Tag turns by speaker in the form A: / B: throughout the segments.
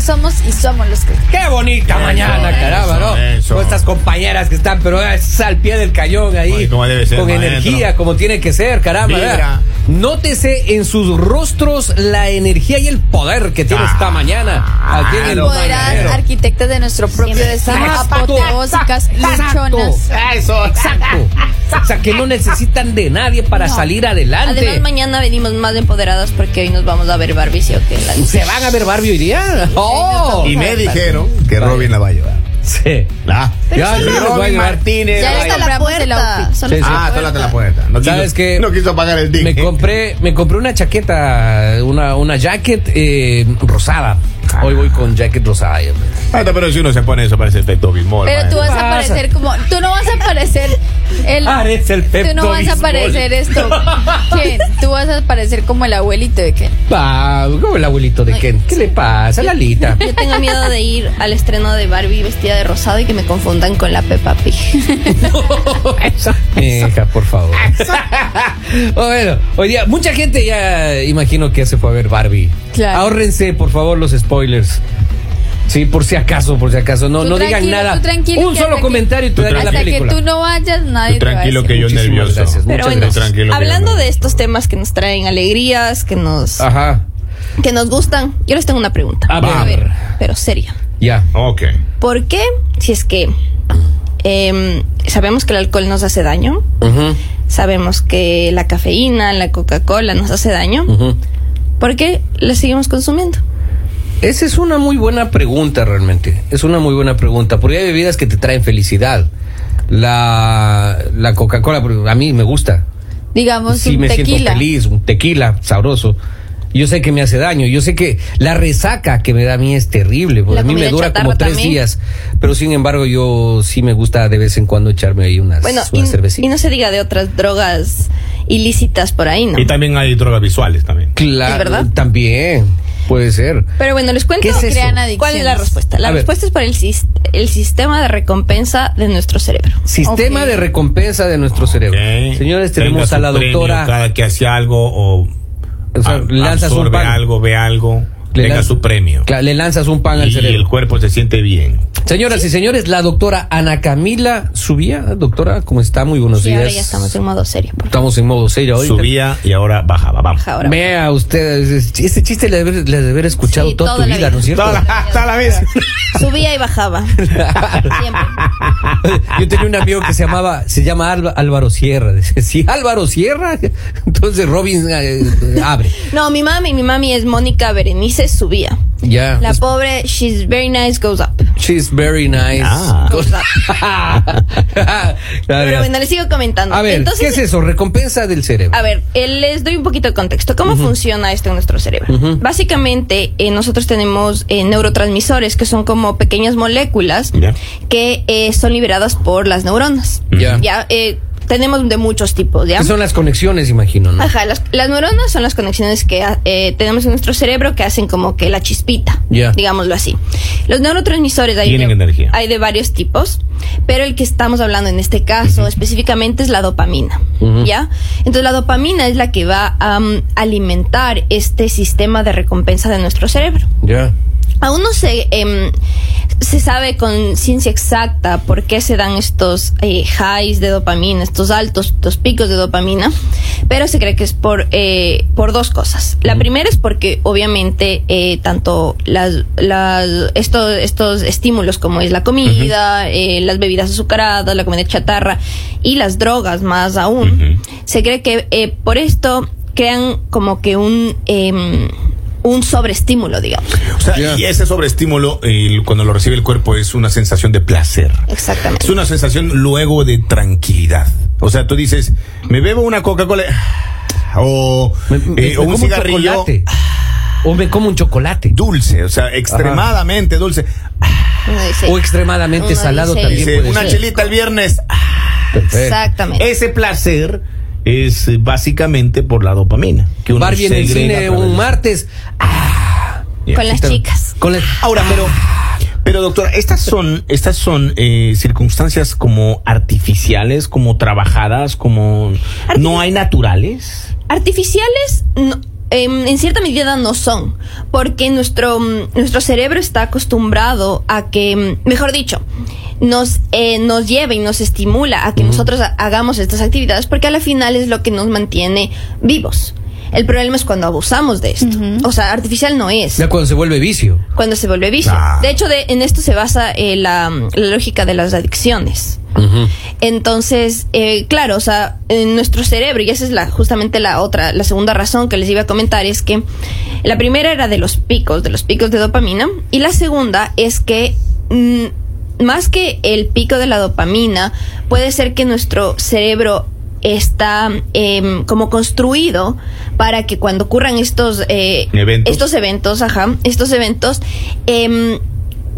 A: somos y somos los que.
B: Qué bonita
C: Eso,
B: mañana,
C: eso,
B: caramba, ¿no?
C: eso.
B: Con estas compañeras que están, pero es al pie del cañón ahí.
C: Oye, como debe ser,
B: con
C: maestro.
B: energía, como tiene que ser, caramba.
C: Vibra.
B: ¿verdad? Nótese en sus rostros la energía y el poder que tiene
C: Ah,
B: esta mañana. Aquí en el
C: claro.
A: Empoderadas
B: Mañanero.
A: arquitectas de nuestro propio destino,
B: Exacto.
A: apoteósicas,
B: Exacto.
A: luchonas.
C: Eso,
B: Exacto. O sea, que no necesitan de nadie para
A: No.
B: salir adelante.
D: Además, mañana venimos más empoderadas porque hoy nos vamos a ver barbicio que la
B: ¿Se van a ver Barbie hoy día? ¡Oh!
C: Y me dijeron que
B: Vale.
C: Robin la va a llevar.
B: Sí.
C: Ah,
B: Pero Ya, solo- yo los voy a
C: Robin
B: llevar.
C: Martínez.
A: Ya
C: la va
A: les
C: a
A: compramos
C: llevar.
A: el outfit.
B: Sí, sí.
C: Ah, solo te la puerta. No quiso,
B: ¿Sabes qué?
C: No quiso pagar el
B: Me
C: ticket.
B: compré, me compré una chaqueta, una, una jacket eh, rosada. Hoy voy con jacket rosada. yo.
C: Ah, pero si uno se pone eso parece efecto bismol.
A: Pero tú vas
B: Pasa.
A: a parecer como. Tú no vas a parecer. El,
D: Ah,
B: Parece el
A: Tú no vas a
B: Pepto-Bismol.
A: parecer esto. ¿Quién? Tú vas a parecer como el abuelito de Ken.
B: Ah, como el abuelito de Ken. ¿Qué le pasa, Lalita?
D: Yo tengo miedo de ir al estreno de Barbie vestida de rosado y que me confundan con la Peppa Pig.
B: Hija, por favor.
A: Ah,
B: bueno, hoy día, mucha gente ya imagino que ya se fue a ver Barbie.
A: Claro.
B: Ahórrense, por favor, los spoilers. Sí, por si acaso, por si acaso. No,
A: Tú
B: no digan
A: tranquilo,
B: nada.
A: tú tranquilo,
B: Un
A: que
B: solo
A: hasta que-
B: comentario y te
C: Tú
B: daré la
A: Hasta que
B: película.
A: tú no vayas, nadie
C: Tú
A: te va a
C: tranquilo que
A: decir.
C: yo
B: Muchísimas
C: nervioso.
B: gracias,
D: Pero
B: muchas
D: bueno,
B: gracias.
C: Tranquilo, que
D: hablando
C: yo-
D: de estos temas que nos traen alegrías, que nos,
B: Ajá.
D: que nos gustan, yo les tengo una pregunta.
B: Ah. A ver.
D: pero seria.
B: Ya.
C: Ok.
D: ¿Por qué, si es que em, sabemos que el alcohol nos hace daño,
B: Ujú,
D: sabemos que la cafeína, la Coca-Cola nos hace daño,
B: ujú. Mm.
D: ¿por qué la seguimos consumiendo?
B: Esa es una muy buena pregunta realmente. Es una muy buena pregunta. Porque hay bebidas que te traen felicidad. La, la Coca-Cola, por- a mí me gusta.
A: Digamos,
B: Sí,
A: un
B: me siento
A: tequila.
B: feliz, un tequila sabroso. Yo sé que me hace daño, yo sé que la resaca que me da a mí es terrible, porque
D: La
B: a mí me
D: comida
B: dura como
D: chatarra
B: tres
D: también.
B: días, pero sin embargo yo sí me gusta de vez en cuando echarme ahí unas,
D: Bueno,
B: unas
D: y,
B: cervecitas.
D: y no se diga de otras drogas ilícitas por ahí, ¿no?
C: Y también hay drogas visuales también.
B: Mm. claro,
D: ¿Es verdad?
B: también puede ser.
D: Pero bueno, les cuento
B: ¿Qué es eso?
A: Crean adicciones.
D: cuál es la respuesta.
B: A
D: La
B: ver.
D: respuesta es por el, sis- el sistema de recompensa de nuestro cerebro.
B: Sistema
A: Ok.
B: de recompensa de nuestro cerebro.
C: Ok.
B: Señores,
C: Tenga
B: tenemos
C: su
B: a la
C: premio
B: doctora.
C: Cada que hace algo o,
B: O sea,
C: a-
B: lanzas un
C: absorbe
B: pan.
C: algo, ve algo,
B: le
C: tenga
B: lanz-
C: su premio.
B: Cla- Le lanzas un pan al
C: Y
B: cerebro.
C: el cuerpo se siente bien.
B: Señoras y señores, la doctora Ana Camila Subía. Doctora, ¿cómo está? Muy buenos
D: Y
B: días.
D: ahora ya estamos en modo serio. por favor.
B: Estamos en modo serio hoy.
C: Subía y ahora bajaba. Vamos.
D: Ahora.
B: Vea ustedes, este chiste le debe, le debe haber escuchado
D: Sí,
B: toda,
D: toda
B: tu
D: la
B: vida,
D: vida.
B: ¿no es cierto?
C: Toda la, toda la vez.
D: Subía y bajaba. Siempre.
B: Yo tenía un amigo que se llamaba, se llama Alba- Álvaro Sierra. Dice, si Álvaro Sierra, entonces Robin eh, abre.
D: No, mi mami, mi mami es Mónica Berenice Subía.
B: Ya.
D: La pobre, she's very nice, goes up.
B: She's very nice.
C: Ah.
D: Pero bueno, les sigo comentando.
B: a ver,
D: Entonces,
B: ¿qué es eso? Recompensa del cerebro.
D: A ver, eh, les doy un poquito de contexto. ¿Cómo funciona esto en nuestro cerebro?
B: Ujú.
D: Básicamente, eh, nosotros tenemos eh, neurotransmisores que son como pequeñas moléculas
C: Ya.
D: que eh, son liberadas por las neuronas.
B: Ya.
D: Ya, eh, tenemos de muchos tipos, ¿ya?
B: Que son las conexiones, imagino, ¿no?
D: Ajá, las, las neuronas son las conexiones que ah, eh, tenemos en nuestro cerebro que hacen como que la chispita,
B: Ya.
D: digámoslo así. Los neurotransmisores hay
C: Tienen
D: de,
C: energía.
D: hay de varios tipos, pero el que estamos hablando en este caso específicamente es la dopamina,
B: Ujú.
D: ¿ya? Entonces la dopamina es la que va a mm, alimentar este sistema de recompensa de nuestro cerebro.
B: Ya.
D: Aún no se, em, se sabe con ciencia exacta por qué se dan estos eh, highs de dopamina, estos altos, estos picos de dopamina, pero se cree que es por, eh, por dos cosas. La primera es porque obviamente eh, tanto las, las, estos, estos estímulos como es la comida, eh, las bebidas azucaradas, la comida chatarra y las drogas más aún,
C: Ujú.
D: se cree que eh, por esto crean como que un... em, un sobreestímulo, digamos.
C: O sea,
B: Ya.
C: y ese sobreestímulo, el- cuando lo recibe el cuerpo, es una sensación de placer.
D: Exactamente.
C: Es una sensación luego de tranquilidad. O sea, tú dices, me bebo una Coca-Cola o,
B: Me-
C: eh,
B: me- me
C: o
B: como
C: un cigarrillo
B: chocolate. O me como un chocolate.
C: dulce, o sea, extremadamente dulce.
D: Uno dice,
B: O extremadamente
D: uno
B: salado
D: dice,
B: también
C: Dice,
B: puede
C: una
B: ser.
C: chelita el viernes.
B: Perfecto.
D: Exactamente.
C: Ese placer es eh, básicamente por la dopamina. Que uno
B: Barbie en el
C: segrega a
B: cine
C: través
B: un
C: de-
B: martes. Eh,
C: Ya.
D: Con las chicas.
B: Con la-
C: Ahora, pero, pero doctor, estas son, estas son eh, circunstancias como artificiales, como trabajadas, como no hay naturales.
D: Artificiales, no, em, en cierta medida no son, porque nuestro, mm, nuestro cerebro está acostumbrado a que, mm, mejor dicho, nos, eh, nos lleva y nos estimula a que nosotros ha- hagamos estas actividades, porque a la final es lo que nos mantiene vivos. El problema es cuando abusamos de esto. O sea, artificial no es
B: Ya cuando se vuelve vicio.
D: cuando se vuelve vicio.
C: Claro.
D: De hecho, de- en esto se basa eh, la, la lógica de las adicciones.
B: Ujú.
D: Entonces, eh, claro, o sea, en nuestro cerebro, y esa es la, justamente la otra, la segunda razón que les iba a comentar, es que la primera era de los picos, de los picos de dopamina, y la segunda es que mm, más que el pico de la dopamina, puede ser que nuestro cerebro está em, como construido para que cuando ocurran estos eh,
C: Eventos.
D: estos eventos, ajá, estos eventos, em,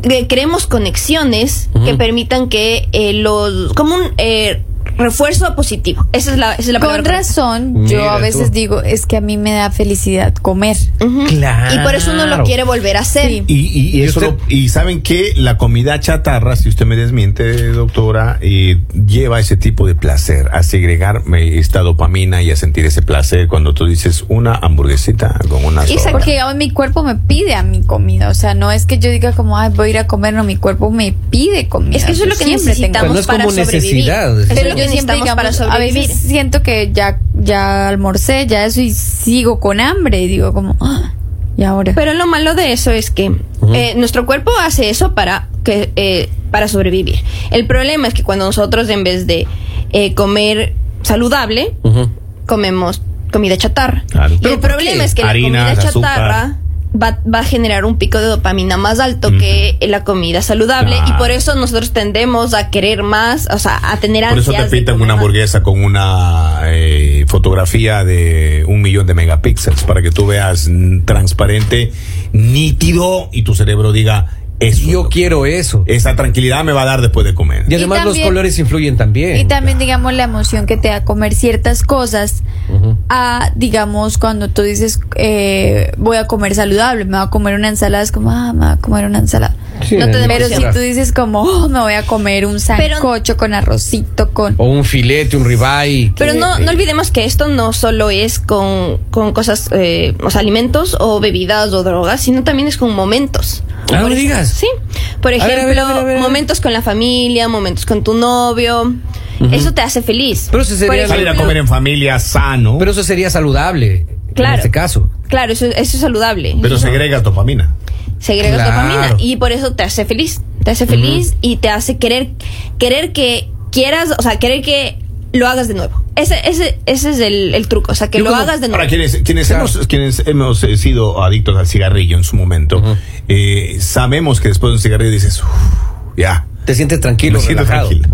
D: que creemos conexiones que
B: Ujú.
D: permitan que eh, los. como un eh, refuerzo positivo. Esa es la, esa es la palabra
A: Con razón, yo
B: Mira
A: a veces
B: tú.
A: digo, es que a mí me da felicidad comer.
D: Ujú.
B: Claro.
D: Y por eso uno lo quiere volver a hacer.
A: Sí.
C: Y, y, y
B: ¿Y
C: eso
B: usted?
C: lo- y saben que la comida chatarra, si usted me desmiente, doctora, eh, lleva ese tipo de placer, a segregar eh, esta dopamina y a sentir ese placer cuando tú dices una hamburguesita con una soda.
A: Porque digamos, mi cuerpo me pide a mi comida. O sea, no es que yo diga como, ay, voy a ir a comer, no, mi cuerpo me pide comida.
D: Es que eso es
A: Yo
D: lo que
A: siempre
D: necesitamos
A: tengo-
B: Pero Pues no es
D: para
B: como
D: sobrevivir.
B: necesidad.
D: Eso es
A: Pero
D: lo
A: yo
D: que
A: siempre
D: necesitamos
A: digamos,
D: para
A: a
D: sobrevivir.
A: veces siento que ya, ya almorcé, ya eso, y sigo con hambre. Y digo como, "Ah, ¿y ahora?
D: Pero lo malo de eso es que eh, nuestro cuerpo hace eso para que eh, para sobrevivir. El problema es que cuando nosotros en vez de eh, comer saludable,
B: Ujú.
D: comemos comida chatarra.
C: Claro.
D: Y
C: ¿Pero
D: el
C: por
D: problema
C: qué?
D: es que la
C: Harinas,
D: comida
C: azúcar.
D: chatarra va, va a generar un pico de dopamina más alto que la comida saludable y
C: Claro.
D: por eso nosotros tendemos a querer más, o sea, a tener
C: Por eso te
D: ansias de
C: pintan
D: comer
C: una
D: más.
C: hamburguesa con una eh, fotografía de un millón de megapíxeles para que tú veas mm, transparente, nítido y tu cerebro diga eso. es
B: Yo
C: lo que-
B: quiero eso.
C: Esa tranquilidad me va a dar después de comer.
B: Y
A: Y
B: además los
A: también-
B: colores influyen también.
A: Y también, digamos, la emoción que te da comer ciertas cosas.
B: Ujú.
A: A, digamos, cuando tú dices, eh, voy a comer saludable, me voy a comer una ensalada, es como, ah, me voy a comer una ensalada.
B: Sí,
D: No te
B: en-
A: Pero si
D: Claro.
A: tú dices como, oh, me voy a comer un
D: Pero-
A: sancocho con arrocito, con...
B: O un filete, un ribeye.
D: Pero no, no olvidemos que esto no solo es con, con cosas, eh, o sea, alimentos o bebidas o drogas, sino también es con momentos.
B: Ah, no me digas.
D: Sí. Por
B: A ver, a ver,
D: ejemplo,
B: a ver, a ver.
D: momentos con la familia, momentos con tu novio. Eso te hace feliz.
B: Pero eso sería
D: Por
B: algo-
C: Salir a
D: ejemplo,
C: comer en familia sano,
B: Pero eso sería saludable. En
D: Claro.
B: este caso.
D: Claro, eso, eso es saludable.
C: pero segregas dopamina.
D: segregas
B: Claro.
D: dopamina y por eso te hace feliz, te hace feliz y te hace querer querer que quieras, o sea, querer que lo hagas de nuevo. Ese ese ese es el, el truco, o sea, que
B: Yo
D: lo
B: como-
D: hagas de nuevo.
C: Ahora, quienes, quienes,
B: Claro.
C: hemos, quienes hemos eh, sido adictos al cigarrillo en su momento,
B: Ujú.
C: eh, sabemos que después de un cigarrillo dices, "Uf, ya.
B: Te sientes tranquilo,
C: Me siento
B: relajado.
C: tranquilo.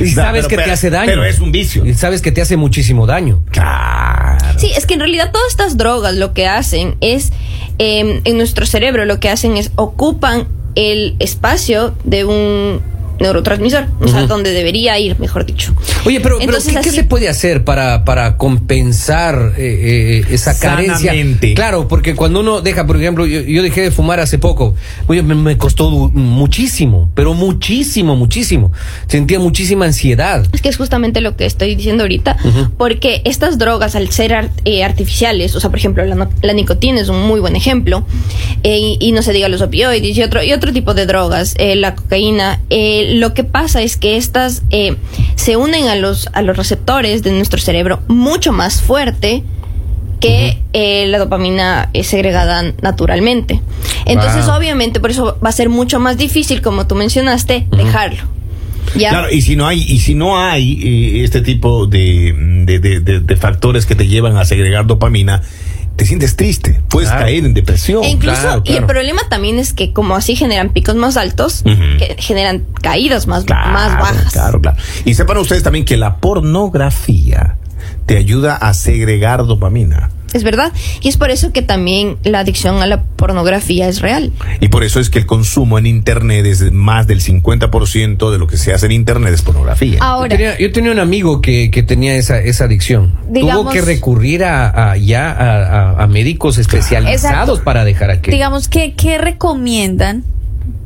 B: Y
C: No,
B: sabes
C: pero-
B: que te
C: pero-
B: hace daño.
C: pero es un vicio.
B: Y sabes que te hace muchísimo daño.
C: Claro.
D: Sí, es que en realidad todas estas drogas lo que hacen es, eh, en nuestro cerebro lo que hacen es ocupan el espacio de un neurotransmisor, o sea, donde debería ir, mejor dicho.
B: Oye, pero, pero
D: Entonces,
B: ¿qué, qué
D: así-
B: se puede hacer para, para compensar eh, eh, esa carencia?
C: Sanamente.
B: Claro, porque cuando uno deja, por ejemplo, yo, yo dejé de fumar hace poco. Oye, me, me costó du- muchísimo, pero muchísimo, muchísimo. Sentía muchísima ansiedad.
D: Es que es justamente lo que estoy diciendo ahorita,
B: Ujú.
D: porque estas drogas al ser ar- eh, artificiales, o sea, por ejemplo, la, no- la nicotina es un muy buen ejemplo, eh, y, y no se diga los opioides y otro, y otro tipo de drogas, eh, la cocaína, eh, lo que pasa es que estas eh, se unen a los, a los receptores de nuestro cerebro mucho más fuerte que eh, la dopamina es segregada naturalmente. Entonces,
B: Wow.
D: obviamente, por eso va a ser mucho más difícil, como tú mencionaste, dejarlo. ¿Ya?
C: Claro, y si no hay, y si no hay eh, este tipo de, de- de- de- de factores que te llevan a segregar dopamina, te sientes triste, puedes
B: Claro.
C: caer en depresión.
D: E incluso,
B: claro,
D: y el
B: claro.
D: problema también es que como así generan picos más altos,
C: Ujú.
D: que generan caídas más,
C: Claro,
D: más bajas.
C: Claro, claro. Y sepan ustedes también que la pornografía te ayuda a segregar dopamina.
D: Es verdad. Y es por eso que también la adicción a la pornografía es real.
C: Y por eso es que el consumo en Internet es más del 50% de lo que se hace en Internet es pornografía.
B: Yo
D: Ah,
A: Ahora,
B: tenía, yo tenía un amigo que, que tenía esa, esa adicción. Tuvo
A: Digamos-
B: que recurrir a, a- ya a, a- a médicos especializados
A: Exacto.
B: para dejar aquello.
A: digamos, ¿qué, qué recomiendan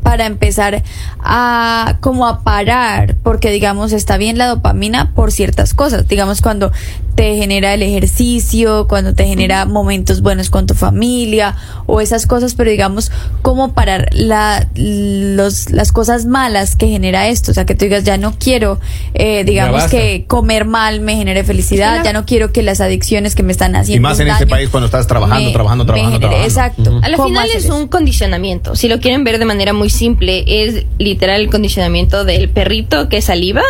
A: para empezar a como a parar, porque digamos está bien la dopamina por ciertas cosas, digamos cuando te genera el ejercicio, cuando te genera momentos buenos con tu familia o esas cosas, pero digamos cómo parar la, los, las cosas malas que genera esto, o sea que tú digas ya no quiero, eh, digamos
B: basta.
A: que comer mal me genere felicidad,
D: Claro.
A: ya no quiero que las adicciones que me están haciendo
C: Y más en
A: daño
C: este país cuando estás trabajando,
A: me-
C: trabajando,
A: me
C: trabajando,
A: genere-
C: trabajando.
A: Exacto.
D: A la
A: ¿Cómo
D: final
A: hacer
D: es
A: eso?
D: un condicionamiento. Si lo quieren ver de manera muy simple, es literal el condicionamiento del perrito que saliva.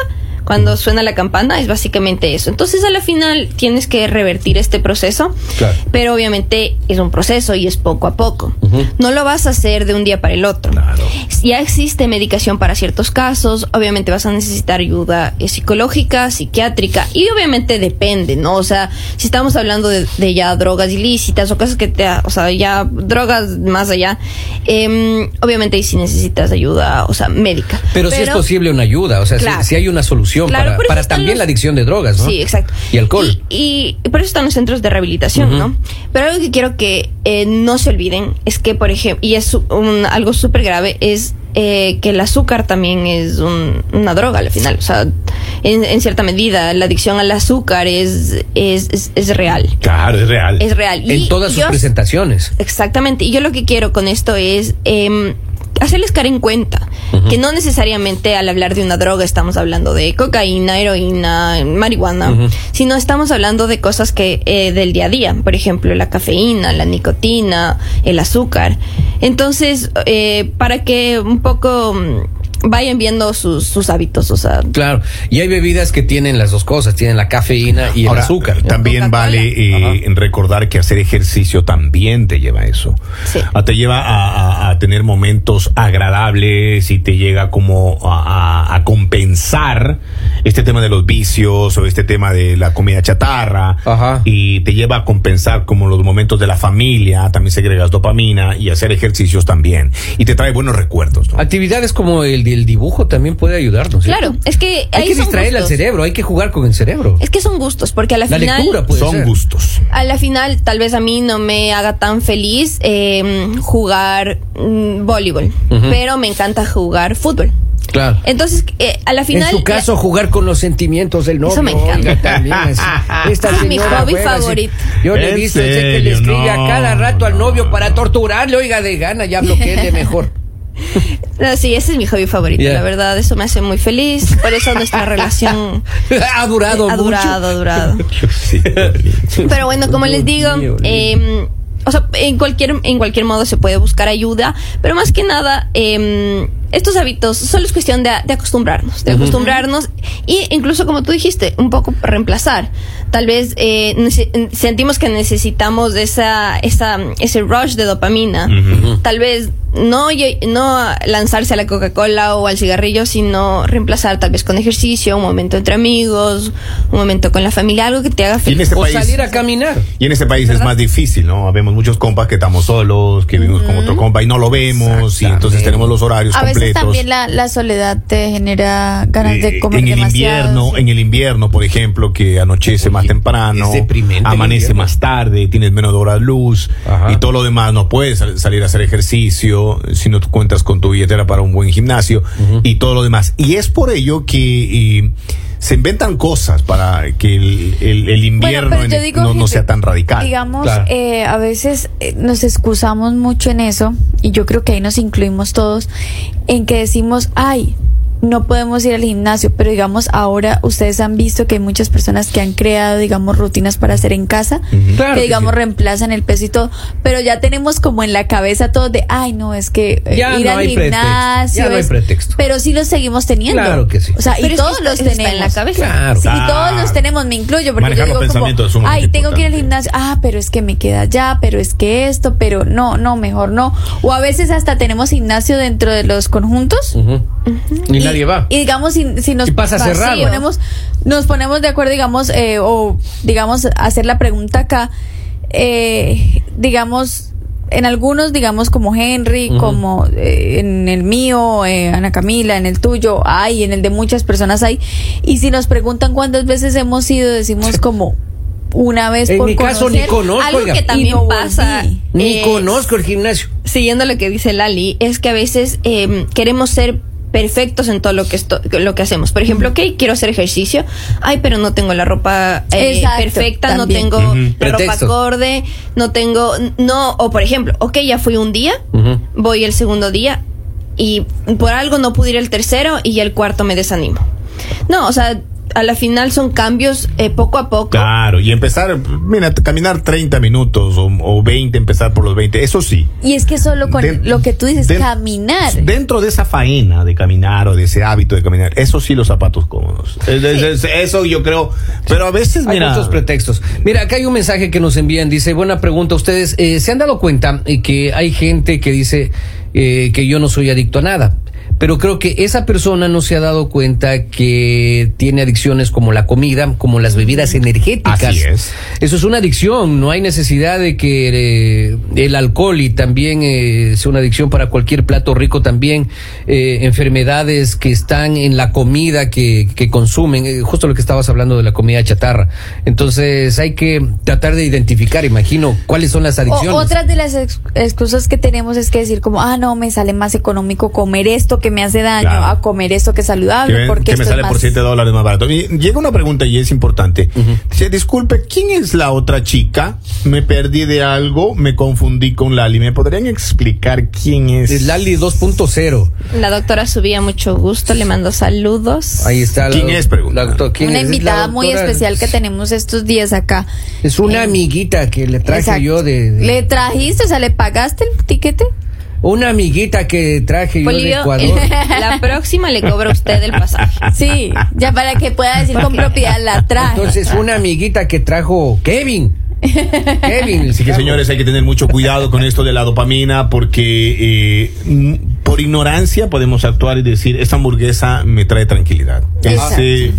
D: Cuando suena la campana es básicamente eso. Entonces a la final tienes que revertir este proceso,
B: Claro.
D: pero obviamente es un proceso y es poco a poco.
B: Ujú.
D: No lo vas a hacer de un día para el otro.
C: Claro.
D: Ya existe medicación para ciertos casos, obviamente vas a necesitar ayuda eh, psicológica, psiquiátrica y obviamente depende, ¿no? O sea, si estamos hablando de, de ya drogas ilícitas o cosas que te, ha- o sea, ya drogas más allá, em, obviamente ahí sí necesitas ayuda, o sea, médica.
B: Pero, si es posible una ayuda, o sea, si-
D: Claro.
B: si, hay una solución
D: Claro,
B: para,
D: por eso
B: para
D: están
B: también
D: los-
B: la adicción de drogas, ¿no?
D: Sí, exacto.
B: Y alcohol.
D: Y, y por eso están los centros de rehabilitación,
B: Ujú.
D: ¿no? Pero algo que quiero que eh, no se olviden es que, por ejemplo, y es su- un- algo súper grave, es eh, que el azúcar también es un- una droga al final. O sea, en, en cierta medida, la adicción al azúcar es, es, es, es real.
C: Claro, es real.
D: Es real.
B: en
D: Y
B: todas sus
D: yo-
B: presentaciones.
D: Exactamente. Y yo lo que quiero con esto es em, hacerles caer en cuenta que no necesariamente al hablar de una droga estamos hablando de cocaína, heroína, marihuana,
B: Ujú.
D: sino estamos hablando de cosas que eh, del día a día, por ejemplo, la cafeína, la nicotina, el azúcar. Entonces, eh, para que un poco mm, vayan viendo sus, sus hábitos, o sea,
B: Claro. Y hay bebidas que tienen las dos cosas, tienen la cafeína y el
C: Ahora,
B: azúcar.
C: También
D: Coca-Cola.
C: vale eh, recordar que hacer ejercicio también te lleva a eso.
D: Sí.
C: Ah, te lleva a, a- a tener momentos agradables y te llega como a, a- a compensar este tema de los vicios o este tema de la comida chatarra.
B: Ajá.
C: Y te lleva a compensar como los momentos de la familia, también segregas dopamina y hacer ejercicios también. Y te trae buenos recuerdos. ¿no?
B: Actividades como el, el dibujo también puede ayudarnos. ¿sí?
D: claro, es que
B: Hay
D: ahí
B: que
D: son
B: distraer al
D: gustos.
B: cerebro, hay que jugar con el cerebro.
D: Es que son gustos, porque a la,
B: La
D: final
B: lectura, puede
C: Son
B: ser.
C: gustos.
D: a la final tal vez a mí no me haga tan feliz eh, jugar mm, voleibol,
B: Ujú.
D: pero me encanta jugar fútbol.
B: Claro.
D: Entonces, eh, a la final...
B: en su caso, jugar con los sentimientos del novio.
D: Eso me encanta.
B: oiga, también es- esta
D: Es mi
B: señora
D: hobby
B: juega así.
D: favorito.
B: Yo le he
C: ¿En
B: visto sé que le
C: serio?
B: escribe a
C: No,
B: cada rato al
C: no,
B: novio para
C: no.
B: torturarle. Oiga, de gana, ya bloqueéle mejor.
D: No, sí, ese es mi hobby favorito,
B: Ya.
D: la verdad, eso me hace muy feliz, por eso nuestra relación
B: ha durado
D: ha
B: mucho.
D: durado, ha durado.
C: Sí,
D: Pero bueno, como les
B: Dios
D: digo,
B: mío,
D: eh, o sea, en cualquier, en cualquier modo se puede buscar ayuda, pero más que nada, eh, estos hábitos solo es cuestión de, de acostumbrarnos, de acostumbrarnos e incluso, como tú dijiste, un poco reemplazar. Tal vez eh, nece- sentimos que necesitamos esa, esa, ese rush de dopamina.
C: Ujú.
D: Tal vez no, lle- no lanzarse a la Coca-Cola o al cigarrillo, sino reemplazar tal vez con ejercicio, un momento entre amigos, un momento con la familia, algo que te haga
C: Y en
D: feliz.
C: este
B: O
C: país-
B: salir a caminar.
C: Y en este país es más difícil, ¿no? Vemos muchos compas que estamos solos, que vivimos con otro compa y no lo vemos, y entonces
B: Exactamente.
C: tenemos los horarios
A: A veces
C: completos.
A: también la, la soledad te genera ganas
C: Eh,
A: de comer
C: en el
A: demasiado,
C: invierno,
A: sí.
C: en el invierno, por ejemplo, que anochece más
B: Oye,
C: temprano,
B: es deprimente el
C: amanece
B: invierno.
C: más tarde, tienes menos horas luz
B: Ajá.
C: y todo lo demás, no puedes sal- salir a hacer ejercicio si no tú cuentas con tu billetera para un buen gimnasio y todo lo demás. Y es por ello que eh, se inventan cosas para que el, el- el invierno
A: pero
C: en
A: yo
C: el-
A: digo,
C: no, no
A: gente,
C: sea tan radical.
A: Digamos,
B: Claro.
A: eh, a veces eh, nos excusamos mucho en eso, y yo creo que ahí nos incluimos todos, en que decimos, ay, no podemos ir al gimnasio, pero digamos, ahora ustedes han visto que hay muchas personas que han creado, digamos, rutinas para hacer en casa,
B: Claro
A: que
B: que
A: digamos,
B: sí.
A: reemplazan el peso y todo, pero ya tenemos como en la cabeza todo de, ay, no, es que eh,
B: Ya
A: ir
B: no
A: al
B: hay pretexto,
A: gimnasio.
B: ya no hay
A: es-
B: pretexto.
A: Pero sí los seguimos teniendo.
B: Claro que sí.
A: O sea,
D: Pero
A: y
D: es que
A: todos
D: está-
A: los
D: eso está
A: tenemos.
D: en la cabeza.
B: Claro.
A: Sí,
C: Claro.
A: todos los tenemos, me incluyo, porque
C: Manejar
A: yo
C: los
A: digo como,
C: pensamientos es sumamente
A: ay, tengo que ir al
C: importante".
A: gimnasio, ah, pero es que me queda ya, pero es que esto, pero no, no, mejor no. O a veces hasta tenemos gimnasio dentro de los conjuntos.
B: Ujú. Y, nadie va.
A: Y digamos, si, si nos
B: Y pasa
A: vacío,
B: cerrado.
A: ponemos, nos ponemos de acuerdo, digamos, eh, o digamos, hacer la pregunta acá, eh, digamos, en algunos, digamos, como Henry,
B: Ujú.
A: como eh, en el mío, eh, Ana Camila, en el tuyo, hay, en el de muchas personas hay. Y si nos preguntan cuántas veces hemos ido, decimos como una vez
B: En
A: por
B: mi caso, ni
A: conocer
B: conozco,
D: Algo
B: oiga.
D: que también
A: Y no volví.
D: pasa.
B: Ni
D: eh,
B: conozco el gimnasio.
D: Siguiendo lo que dice Lali, es que a veces eh, queremos ser perfectos en todo lo que esto- lo que hacemos. Por ejemplo, ok, quiero hacer ejercicio. Ay, pero no tengo la ropa eh,
A: Exacto,
D: perfecta,
A: también.
D: no tengo
C: Ujú.
D: la
B: Pretextos.
D: ropa acorde, no tengo no o por ejemplo, ok, ya fui un día,
B: Ujú.
D: voy el segundo día y por algo no pude ir el tercero y ya el cuarto me desanimo. No, o sea, a la final son cambios eh, poco a poco.
C: Claro, y empezar, mira, t- caminar 30 minutos o, o 20, empezar por los 20, eso sí.
A: Y es que solo con
C: Den-
A: lo que tú dices,
C: den-
A: caminar.
C: Dentro de esa faena de caminar o de ese hábito de caminar, eso sí los zapatos cómodos. Es- es- es- eso yo creo, pero a veces,
B: Hay
C: mira,
B: muchos pretextos. Mira, acá hay un mensaje que nos envían. Dice, buena pregunta. Ustedes eh, se han dado cuenta eh, que hay gente que dice eh, que yo no soy adicto a nada. Pero creo que esa persona no se ha dado cuenta que tiene adicciones como la comida, como las bebidas energéticas.
C: Así es.
B: Eso es una adicción. No hay necesidad de que eh, el alcohol y también eh, sea una adicción para cualquier plato rico también. eh, enfermedades que están en la comida que, que consumen. eh, justo lo que estabas hablando de la comida chatarra. Entonces hay que tratar de identificar, imagino, cuáles son las
A: O-
B: adicciones.
A: otras de las ex- excusas que tenemos es que decir como, ah, no, me sale más económico comer esto que me hace daño
C: Claro.
A: a comer esto que es
C: que,
A: saludable
C: ven-
A: porque
C: que
A: esto
C: me
A: es
C: sale por
A: más-
C: 7 dólares más barato. Y llega una pregunta y es importante. Dice, disculpe, ¿quién es la otra chica? Me perdí de algo, me confundí con Lali. ¿Me podrían explicar quién es?
B: Lali 2.0.
D: La doctora subía mucho gusto, le mando saludos.
B: Ahí está.
C: ¿Quién es? Pregunta.
B: doctora- ¿quién
A: Una
B: es? Es la
A: invitada muy
B: doctora-
A: especial que tenemos estos días acá.
B: Es una
A: Eh,
B: amiguita que le traje
A: Exacto.
B: yo de, de-
A: ¿Le trajiste? O sea, ¿le pagaste el tiquete?
B: una amiguita que traje yo de
D: Polivio,
B: Ecuador.
D: el- la próxima le cobra a usted el pasaje.
A: Sí, ya para que pueda decir con propiedad, la traje.
B: Entonces, una amiguita que trajo Kevin. Kevin. el
C: Así que
B: chavo.
C: señores, hay que tener mucho cuidado con esto de la dopamina porque eh, m- por ignorancia podemos actuar y decir, esta hamburguesa me trae tranquilidad.
A: Exacto.
C: Ese-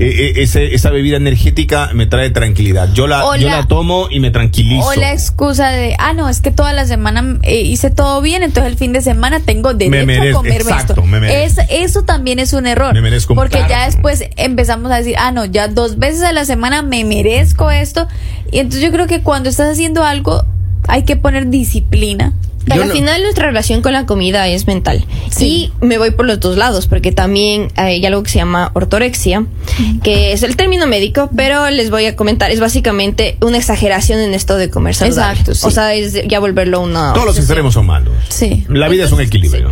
C: eh, eh, ese- esa bebida energética me trae tranquilidad. Yo la,
A: O
C: yo
A: la-
C: la tomo y me tranquilizo.
A: O la excusa de, ah, no, es que toda la semana eh, hice todo bien, entonces el fin de semana tengo derecho
C: merezco-
A: a comerme
C: exacto,
A: esto.
C: me merezco.
A: Es- eso también es un error.
C: Me merezco un
A: porque
C: tarro.
A: ya después empezamos a decir, ah, no, ya dos veces a la semana me merezco esto. Y entonces yo creo que cuando estás haciendo algo, hay que poner disciplina.
D: Pero
B: Yo
D: al
B: no-
D: final nuestra relación con la comida es mental.
A: Sí.
D: Y me voy por los dos lados, porque también hay algo que se llama ortorexia, que es el término médico, pero les voy a comentar, es básicamente una exageración en esto de comer saludable.
A: Exacto, sí.
D: O sea, es ya volverlo una...
C: Todos los extremos son malos.
A: Sí.
C: La vida es un equilibrio.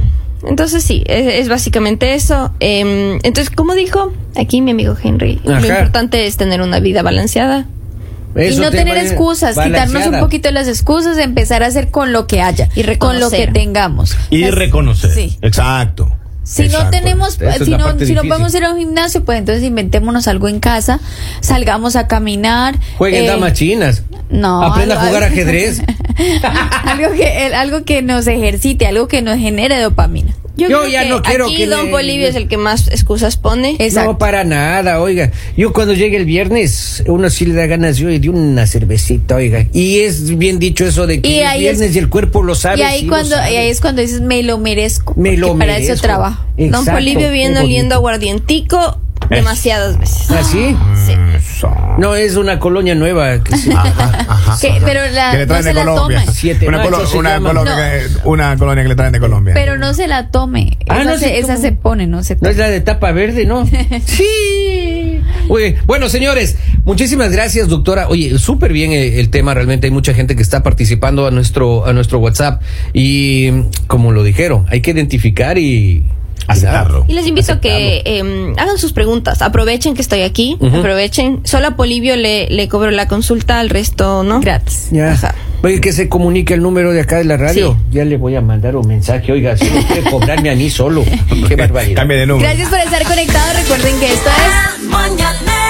D: Entonces sí, es, es básicamente eso. Em, entonces, como dijo aquí mi amigo Henry,
B: Ajá.
D: lo importante es tener una vida balanceada.
A: y
B: Eso
A: no
B: te
A: tener
B: va-
A: excusas, quitarnos un
B: balanceada.
A: poquito las excusas, empezar a hacer con lo que haya
D: Y
A: con
D: reconocer.
A: lo que tengamos.
C: Y
A: Las-
C: reconocer.
A: Sí.
C: Exacto.
A: Si
C: Exacto.
A: no tenemos,
B: Esa es
A: si
B: la
A: no,
B: parte
A: si no
B: difícil.
A: podemos ir a un gimnasio, pues entonces inventémonos algo en casa, salgamos a caminar.
B: Jueguen
A: eh,
B: damas chinas.
A: No.
B: Aprenda a
A: algo-
B: jugar ajedrez.
A: algo que el- algo que nos ejercite, algo que nos genere dopamina.
B: Yo
D: creo
B: ya
D: que
B: no quiero
D: aquí
B: que
D: Don
B: le-
D: Polivio es el que más excusas pone.
A: Exacto.
B: No, para nada, oiga. Yo cuando llegue el viernes, uno sí le da ganas yo, de una cervecita, oiga. Y es bien dicho eso de que
A: Y
B: el
A: ahí es-
B: viernes y el cuerpo lo sabe.
A: y ahí
B: sí lo
A: cuando
B: sabe.
A: y ahí es cuando dices me lo merezco,
B: Me lo
A: porque para eso
B: merezco. Eh.
A: trabajo.
D: Don
B: Exacto,
D: Polivio viene
B: qué
D: oliendo
B: bonito.
D: aguardientico
C: Es.
D: demasiadas veces.
B: ¿Ah, sí?
C: Eso.
B: No, es una colonia nueva. que se-
C: Ajá, ajá,
A: Que-
C: ajá.
A: pero la-
C: que le
A: no
C: traen
A: se
C: de
A: la
C: Colombia.
A: toman.
B: Siete
C: Una,
B: machos
C: colo-
B: se
C: una
B: llaman.
C: colonia que- una colonia que le traen de Colombia.
A: Pero no se la tome.
B: Ah,
A: esa,
B: no
A: se,
B: se
A: esa
B: toma.
A: se pone, no se
B: No
A: toma.
B: es la de tapa verde, ¿no? sí. Muy bien. Bueno, señores, muchísimas gracias, doctora. Oye, súper bien eh, el tema. Realmente hay mucha gente que está participando a nuestro, a nuestro WhatsApp. Y mm, como lo dijeron, hay que identificar y.
C: Aceptarlo.
D: Y les invito a que eh, hagan sus preguntas. Aprovechen que estoy aquí.
B: Ujú.
D: Aprovechen. Solo a Polivio le, le cobro la consulta, al resto no.
A: Gratis.
B: Ya.
D: Ajá.
B: Oye, que se comunique el número de acá de la radio. Ya le voy a mandar un mensaje. Oiga, si no quiere cobrarme a mí solo. Qué barbaridad.
C: Cambia de número.
A: Gracias por estar conectados. Recuerden que esto es
E: El mañanero